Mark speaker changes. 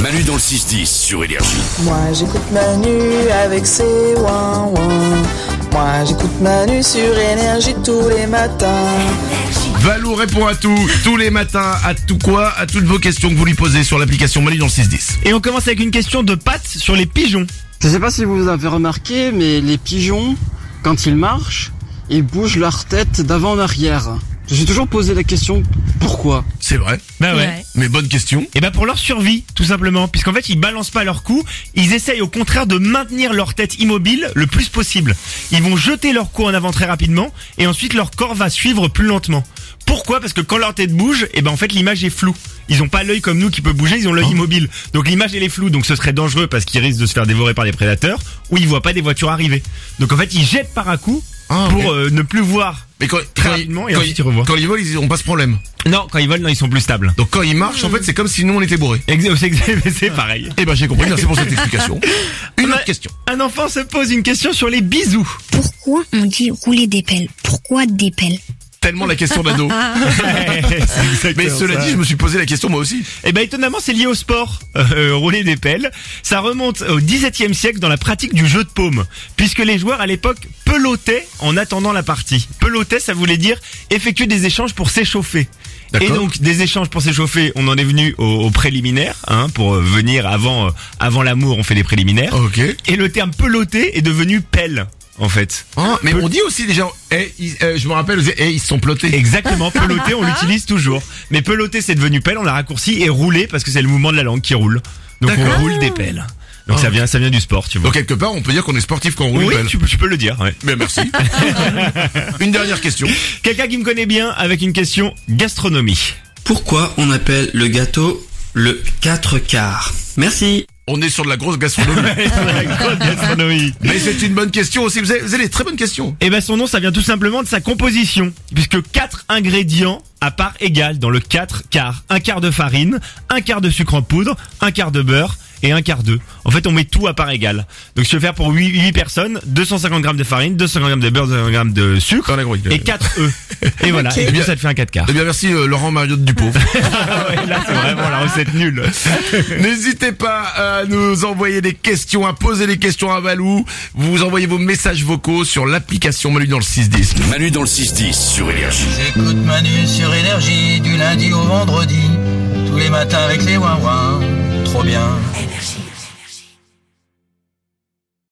Speaker 1: Manu dans le 6-10 sur Énergie.
Speaker 2: Moi j'écoute Manu avec ses ouin ouin. Moi j'écoute Manu sur énergie tous les matins.
Speaker 3: Valou répond à tout, tous les matins, à tout quoi, à toutes vos questions que vous lui posez sur l'application Manu dans le 610.
Speaker 4: Et on commence avec une question de Pat sur les pigeons.
Speaker 5: Je sais pas si vous avez remarqué, mais les pigeons, quand ils marchent, ils bougent leur tête d'avant en arrière. Je suis toujours posé la question pourquoi
Speaker 3: C'est vrai,
Speaker 4: Bah ouais.
Speaker 6: Ouais.
Speaker 3: mais bonne question.
Speaker 4: Et bah pour leur survie, tout simplement, puisqu'en fait ils balancent pas leur cou, ils essayent au contraire de maintenir leur tête immobile le plus possible. Ils vont jeter leur cou en avant très rapidement et ensuite leur corps va suivre plus lentement. Pourquoi Parce que quand leur tête bouge, et ben en fait l'image est floue. Ils ont pas l'œil comme nous qui peut bouger, ils ont l'œil immobile. Donc l'image elle est floue, donc ce serait dangereux parce qu'ils risquent de se faire dévorer par des prédateurs ou ils voient pas des voitures arriver. Donc en fait ils jettent par à coup
Speaker 3: Ah,
Speaker 4: pour
Speaker 3: ok.
Speaker 4: euh, ne plus voir.
Speaker 3: Mais quand,
Speaker 4: Très
Speaker 3: quand
Speaker 4: rapidement, et
Speaker 3: quand
Speaker 4: ensuite,
Speaker 3: ils-
Speaker 4: ils revoient.
Speaker 3: quand ils volent, ils ont pas ce problème.
Speaker 4: Non, quand ils volent, non, ils sont plus stables.
Speaker 3: Donc quand ils marchent, en fait, c'est comme si nous on était bourrés.
Speaker 4: Ex- c'est- C'est pareil.
Speaker 3: Eh ben j'ai compris, merci pour cette explication. Une
Speaker 4: On a-
Speaker 3: autre question.
Speaker 4: Un enfant se pose une question sur les bisous.
Speaker 7: Pourquoi on dit rouler des pelles Pourquoi des pelles
Speaker 3: Tellement la question d'ado. Mais cela dit, je me suis posé la question moi aussi.
Speaker 4: Eh ben étonnamment, c'est lié au sport, euh, euh, rouler des pelles. Ça remonte au XVIIe siècle dans la pratique du jeu de paume, puisque les joueurs à l'époque pelotaient en attendant la partie. Peloter, ça voulait dire effectuer des échanges pour s'échauffer. Et
Speaker 3: D'accord.
Speaker 4: donc des échanges pour s'échauffer, on en est venu au, au préliminaire, hein, pour euh, venir avant euh, avant l'amour, on fait les préliminaires.
Speaker 3: Ok.
Speaker 4: Et le terme peloter est devenu pelle, en fait.
Speaker 3: Hein, mais on dit aussi déjà, eh, ils- euh, je me rappelle, eh, ils se sont plotés.
Speaker 4: Exactement, peloter, on l'utilise toujours. Mais peloter, c'est devenu pelle, on l'a raccourci et rouler parce que c'est le mouvement de la langue qui roule. Donc
Speaker 3: D'accord.
Speaker 4: on roule des pelles. Donc ça vient, ça vient du sport, tu vois.
Speaker 3: Donc quelque part, on peut dire qu'on est sportif quand on roule une
Speaker 4: oui,
Speaker 3: pelle.
Speaker 4: tu, peux- tu peux le dire. ouais.
Speaker 3: Mais merci. Une dernière question.
Speaker 4: Quelqu'un qui me connaît bien avec une question gastronomie.
Speaker 8: Pourquoi on appelle le gâteau le 4 quarts Merci
Speaker 3: On est sur de la grosse gastronomie.
Speaker 4: gastronomie.
Speaker 3: Mais c'est une bonne question aussi. Vous avez, vous avez des très bonnes questions.
Speaker 4: Eh ben son nom, ça vient tout simplement de sa composition, puisque quatre ingrédients à part égale dans le 4 quarts. Un quart de farine, un quart de sucre en poudre, un quart de beurre et un quart d'œuf. En fait, on met tout à part égale. Donc, je vais faire pour 8, personnes, 250 grammes de farine, 250 grammes de beurre, 250 grammes de sucre
Speaker 3: Dans la grille.
Speaker 4: et 4 œufs. Et voilà, et du coup, ça te fait un 4 quarts.
Speaker 3: Eh bien, merci euh, Laurent Mariotte Dupont.
Speaker 4: Ah ouais, là, c'est vraiment la recette nulle.
Speaker 3: N'hésitez pas à nous envoyer des questions, à poser des questions à Valou. Vous envoyez vos messages vocaux sur l'application Manu dans le 610.
Speaker 1: Manu dans le 6-10 sur Énergie.
Speaker 9: J'écoute Manu sur Énergie du lundi au vendredi, tous les matins avec les ouin-ouin. Trop bien.
Speaker 6: Énergie.